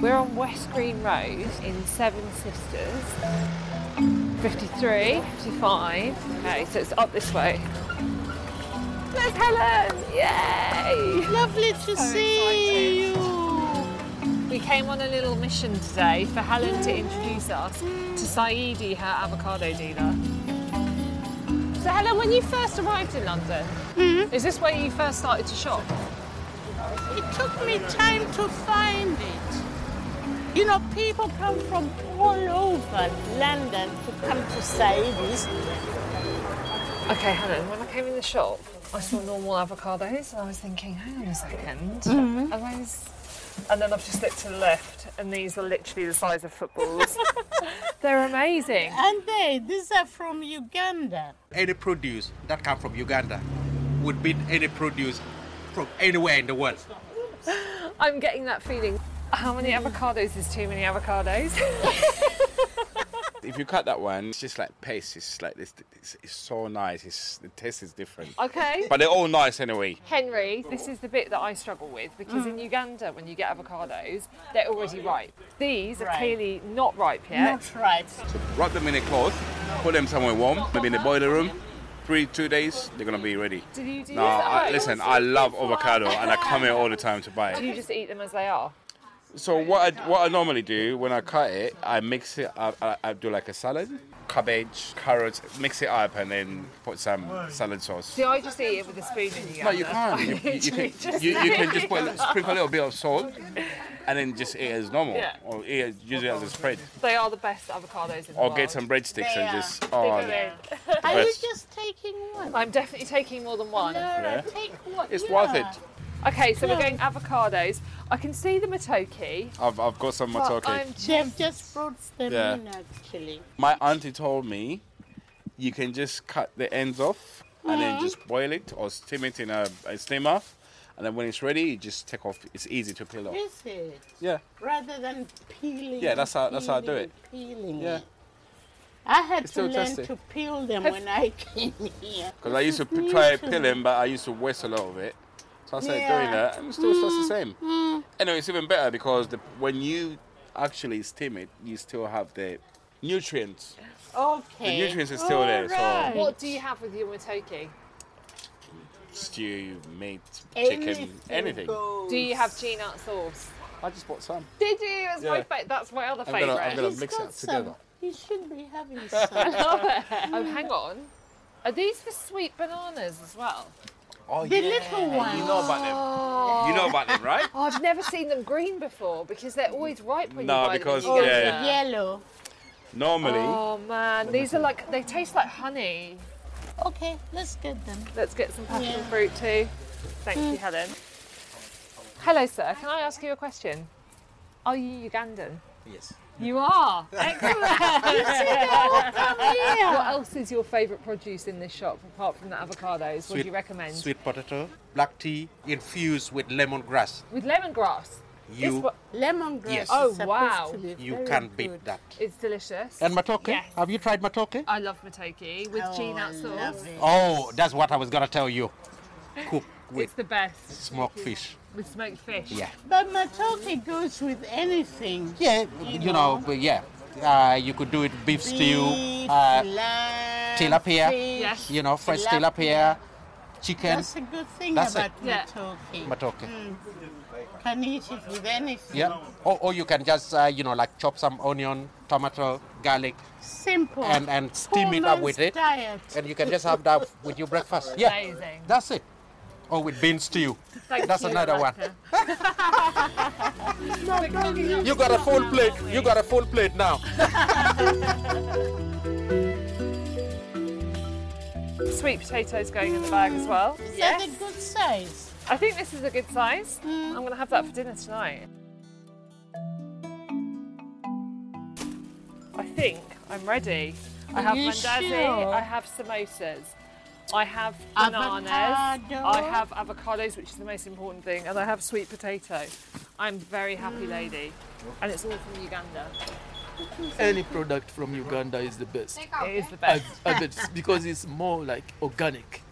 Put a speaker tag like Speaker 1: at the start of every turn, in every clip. Speaker 1: We're on West Green Road in Seven Sisters. 53, 55. Okay, so it's up this way. There's Helen! Yay!
Speaker 2: Lovely to see you.
Speaker 1: We came on a little mission today for Helen to introduce us to Saidi, her avocado dealer. So, Helen, when you first arrived in London, is this where you first started to shop?
Speaker 2: It took me time to find it. You know, people come from all over London to come to Saidis.
Speaker 1: Okay, Helen, when I came in the shop, I saw normal avocados and I was thinking, hang on a 2nd Are those. And then I've just looked to the left and these are literally the size of footballs. They're amazing.
Speaker 2: And they, these are from Uganda.
Speaker 3: Any produce that come from Uganda would beat any produce from anywhere in the world.
Speaker 1: I'm getting that feeling. How many avocados is too many avocados?
Speaker 4: If you cut that one, it's just like paste. It's like this. It's, it's so nice. It's the taste is different.
Speaker 1: okay.
Speaker 4: But they're all nice anyway.
Speaker 1: Henry, this is the bit that I struggle with because in Uganda, when you get avocados, they're already ripe. These are
Speaker 2: Right.
Speaker 1: clearly not ripe yet.
Speaker 2: Not right.
Speaker 4: Wrap them in a cloth, put them somewhere warm, maybe in the boiler room. Three, two days, they're gonna be ready.
Speaker 1: Did you do
Speaker 4: No,
Speaker 1: that?
Speaker 4: I, listen, I love avocado and I come here all the time to buy
Speaker 1: Do
Speaker 4: it.
Speaker 1: you just eat them as they are?
Speaker 4: So what I, what I normally do when I cut it, I mix it up. I, I do like a salad, cabbage, carrots, mix it up, and then put some salad sauce.
Speaker 1: Do I just eat it with a spoon in Uganda?
Speaker 4: No, you can't. You, you, you can, you, you can just put a, little- sprinkle a little bit of salt, and then just eat it as normal,
Speaker 1: Yeah.
Speaker 4: or eat it, use it as a spread,
Speaker 1: They are the best avocados in the
Speaker 4: or
Speaker 1: world.
Speaker 4: get some breadsticks
Speaker 2: They
Speaker 4: and
Speaker 2: are.
Speaker 4: just
Speaker 1: They
Speaker 4: oh,
Speaker 1: go in.
Speaker 2: Are you
Speaker 4: Yes.
Speaker 2: just taking one?
Speaker 1: I'm definitely taking more than one.
Speaker 2: Laura, take one.
Speaker 4: it's
Speaker 2: yeah.
Speaker 4: worth it.
Speaker 1: Okay, so we're going avocados. I can see the matoki,
Speaker 4: I've, I've got some
Speaker 1: but
Speaker 4: matoke.
Speaker 1: I'm
Speaker 2: They've just brought them
Speaker 4: Yeah.
Speaker 2: in actually.
Speaker 4: My auntie told me you can just cut the ends off and then just boil it or steam it in a, a steamer. And then when it's ready, you just take off. It's easy to peel off.
Speaker 2: Is it?
Speaker 4: Yeah.
Speaker 2: Rather than peeling.
Speaker 4: Yeah, that's how- that's how I do
Speaker 2: peeling,
Speaker 4: it.
Speaker 2: Peeling.
Speaker 4: Yeah.
Speaker 2: it. I had
Speaker 4: It's
Speaker 2: to
Speaker 4: still
Speaker 2: learn
Speaker 4: tasty.
Speaker 2: to peel them
Speaker 1: Have-
Speaker 2: when I came here.
Speaker 4: Because I used to
Speaker 2: This
Speaker 4: p-
Speaker 2: is
Speaker 4: try
Speaker 2: new to
Speaker 4: peel
Speaker 2: me.
Speaker 4: them, but I used to waste a lot of it. So I started
Speaker 2: Yeah. Mm.
Speaker 4: doing that, and it's still just the same. Anyway, it's even better because the, when you actually steam it, you still have the nutrients.
Speaker 2: Okay.
Speaker 4: The nutrients are still there, so-
Speaker 2: Alright.
Speaker 1: What do you have with your matoki?
Speaker 4: Stew, meat, chicken,
Speaker 2: Anything
Speaker 4: anything.
Speaker 2: goes.
Speaker 1: Do you have peanut sauce?
Speaker 4: I just bought some.
Speaker 1: Did you? It's my
Speaker 4: Yeah.
Speaker 1: fa- that's my other
Speaker 4: I'm
Speaker 1: favourite.
Speaker 4: gonna- I'm gonna-
Speaker 2: He's
Speaker 4: mix it
Speaker 2: got
Speaker 4: up together.
Speaker 2: Some. He should be having some.
Speaker 1: Oh, hang on. Are these the sweet bananas as well?
Speaker 4: Oh,
Speaker 2: the little one.
Speaker 4: You know about them. You know about them, right?
Speaker 1: Oh, I've never seen them green before because they're always ripe when
Speaker 4: No,
Speaker 1: you buy
Speaker 4: because-
Speaker 1: them. in Uganda.
Speaker 4: yeah.
Speaker 2: Yellow.
Speaker 4: Normally,
Speaker 1: Oh man, these are like they taste like honey.
Speaker 2: Okay, let's get them.
Speaker 1: Let's get some passion
Speaker 2: Yeah. Mm.
Speaker 1: fruit too. Thank you, Helen. Hello, sir. Can I ask you a question? Are you Ugandan?
Speaker 3: Yes.
Speaker 1: You are. Excellent.
Speaker 2: Yeah.
Speaker 1: what else is your favourite produce in this shop apart from the avocados? what do you recommend?
Speaker 3: Sweet potato, black tea infused with lemongrass.
Speaker 1: With lemongrass.
Speaker 3: You
Speaker 1: This one-
Speaker 2: Lemongrass.
Speaker 3: Yes.
Speaker 2: is
Speaker 3: Oh,
Speaker 2: supposed
Speaker 1: wow.
Speaker 2: to be
Speaker 3: you
Speaker 2: very
Speaker 3: can
Speaker 2: good.
Speaker 3: beat that.
Speaker 1: It's delicious.
Speaker 3: And matoke?
Speaker 1: Yes.
Speaker 3: Have you tried matoke?
Speaker 1: I love matoki with
Speaker 2: Oh,
Speaker 1: peanut
Speaker 2: I
Speaker 1: sauce.
Speaker 2: love it.
Speaker 3: Oh, that's what I was gonna tell you. Cook with
Speaker 1: It's the best
Speaker 3: smoked fish.
Speaker 1: with smoked fish.
Speaker 3: Yeah.
Speaker 2: But matoke goes with anything.
Speaker 3: Yeah, you know, but yeah. Uh, you could do it beef stew,
Speaker 2: Beef,
Speaker 3: uh,
Speaker 2: lamb,
Speaker 3: tilapia.
Speaker 2: fish.
Speaker 1: Yes.
Speaker 3: you know, fresh
Speaker 2: Tilapia.
Speaker 3: tilapia, chicken,
Speaker 2: That's a good thing
Speaker 3: That's it.
Speaker 2: about
Speaker 1: Yeah.
Speaker 2: matoke.
Speaker 3: matoke.
Speaker 2: Can eat it with anything.
Speaker 3: Yeah. Or, or you can just, uh, you know, like chop some onion, tomato, garlic,
Speaker 2: Simple.
Speaker 3: and, and steam it up
Speaker 2: Poor
Speaker 3: with
Speaker 2: man's
Speaker 3: it.
Speaker 2: Diet.
Speaker 3: And you can just have that with your breakfast. Yeah.
Speaker 1: Amazing.
Speaker 3: That's it. Or with bean stew.
Speaker 1: Thank
Speaker 3: That's
Speaker 1: you,
Speaker 3: another one.
Speaker 1: Rebecca.
Speaker 3: You got a full plate. You got a full plate now.
Speaker 1: Sweet potatoes going in the bag as well.
Speaker 2: Yes. That's a Mm. good Mm. size.
Speaker 1: I think this is a good size. I'm going to have that for dinner tonight. I think I'm ready. I
Speaker 2: Are
Speaker 1: have
Speaker 2: you
Speaker 1: mandazi,
Speaker 2: sure?
Speaker 1: I have samosas, I have bananas,
Speaker 2: Avocado.
Speaker 1: I have avocados, which is the most important thing, and I have sweet potato. I'm a very happy
Speaker 2: Mm.
Speaker 1: lady, and it's all from Uganda.
Speaker 5: any product from
Speaker 2: Oh.
Speaker 5: Uganda is the best.
Speaker 1: It is the
Speaker 5: I,
Speaker 1: best.
Speaker 5: I bet it's because it's more like organic.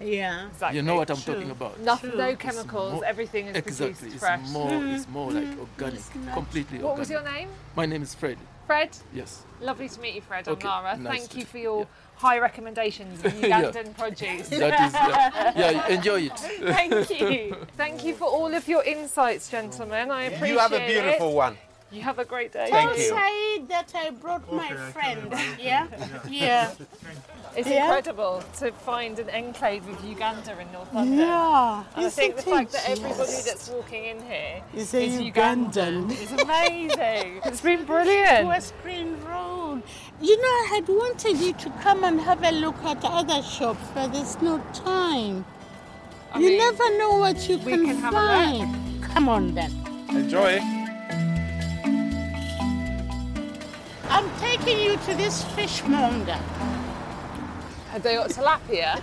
Speaker 2: Yeah.
Speaker 1: Exactly.
Speaker 5: You know what I'm
Speaker 2: True.
Speaker 5: talking about.
Speaker 1: No,
Speaker 2: True.
Speaker 1: no
Speaker 2: It's
Speaker 1: chemicals.
Speaker 5: more-
Speaker 1: Everything is
Speaker 5: Exactly.
Speaker 1: produced
Speaker 5: It's
Speaker 1: fresh. Mm-hmm.
Speaker 5: more. It's more like organic,
Speaker 2: It's nice.
Speaker 5: completely
Speaker 1: What
Speaker 5: organic.
Speaker 1: was your name?
Speaker 5: My name is Fred.
Speaker 1: Fred.
Speaker 5: Yes.
Speaker 1: Lovely to meet you, Fred. I'm
Speaker 5: Okay,
Speaker 1: Lara.
Speaker 5: nice
Speaker 1: Thank
Speaker 5: to-
Speaker 1: you for your high recommendations of
Speaker 5: Yeah.
Speaker 1: Ugandan produce.
Speaker 5: That is. Yeah. yeah enjoy it.
Speaker 1: Thank you. Thank you for all of your insights, gentlemen. I appreciate
Speaker 6: You have a beautiful
Speaker 1: it.
Speaker 6: one.
Speaker 1: You have a great day.
Speaker 6: Thank
Speaker 2: Don't
Speaker 6: you.
Speaker 2: say that I brought my friend. Yeah? Yeah.
Speaker 1: It's
Speaker 2: Yeah.
Speaker 1: incredible to find an enclave of Uganda in North London.
Speaker 2: Yeah.
Speaker 1: And I think the fact that everybody that's walking in here is Ugandan is amazing. it's been brilliant.
Speaker 2: West Green Road. You know, I had wanted you to come and have a look at other shops, but there's no time.
Speaker 1: I
Speaker 2: you
Speaker 1: mean,
Speaker 2: never know what you
Speaker 1: we
Speaker 2: can,
Speaker 1: can have a
Speaker 2: find.
Speaker 1: look.
Speaker 2: Come on then.
Speaker 4: Enjoy.
Speaker 2: I'm taking you to this fishmonger.
Speaker 1: Have they got tilapia?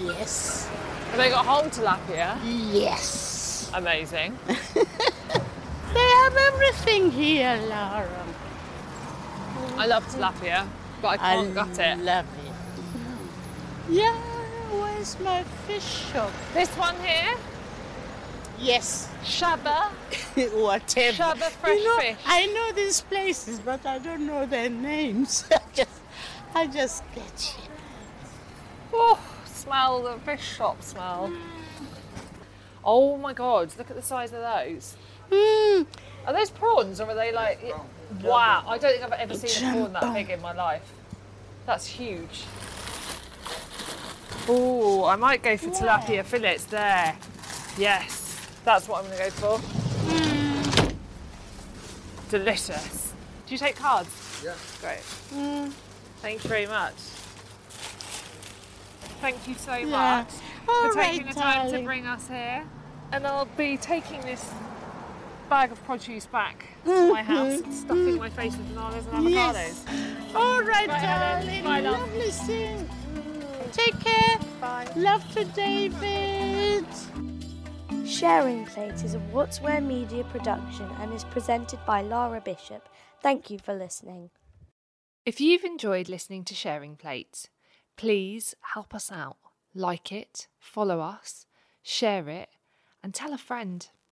Speaker 2: Yes.
Speaker 1: Have they got whole tilapia?
Speaker 2: Yes.
Speaker 1: Amazing.
Speaker 2: They have everything here, Lara.
Speaker 1: I love tilapia, but I can't gut Oh, it.
Speaker 2: love it. Yeah, where's my fish shop?
Speaker 1: This one here,
Speaker 2: Yes,
Speaker 1: Shaba.
Speaker 2: whatever.
Speaker 1: Shaba fresh
Speaker 2: you know,
Speaker 1: fish.
Speaker 2: I know these places, but I don't know their names. I just, I just get you.
Speaker 1: Oh, smell the fish shop smell. Oh my god, look at the size of those. Hmm.
Speaker 2: Mm,
Speaker 1: Are those prawns or are they like. Wow, I don't think I've ever seen a prawn that
Speaker 2: Jumbo.
Speaker 1: big in my life. That's huge. Oh, I might go for tilapia fillets there. Yes, that's what I'm going to go for. Delicious. Do you take cards? Yes. Great. Hmm. Thank you very much. Thank you so
Speaker 2: yeah.
Speaker 1: much
Speaker 2: All
Speaker 1: for
Speaker 2: right,
Speaker 1: taking the time to
Speaker 2: darling.
Speaker 1: bring us here. And I'll be taking this bag of produce back to my house and stuffing my face with bananas and avocados.
Speaker 2: Mm-hmm. Yes. All right,
Speaker 1: Bye, Helen.
Speaker 2: darling.
Speaker 1: Bye, love.
Speaker 2: Lovely seeing. you. Take care. Bye. Love to David.
Speaker 7: Sharing Plate is a What's Wear Media production and is presented by Lara Bishop. Thank you for listening.
Speaker 1: If you've enjoyed listening to Sharing Plates, please help us out. Like it, follow us, share it, and tell a friend.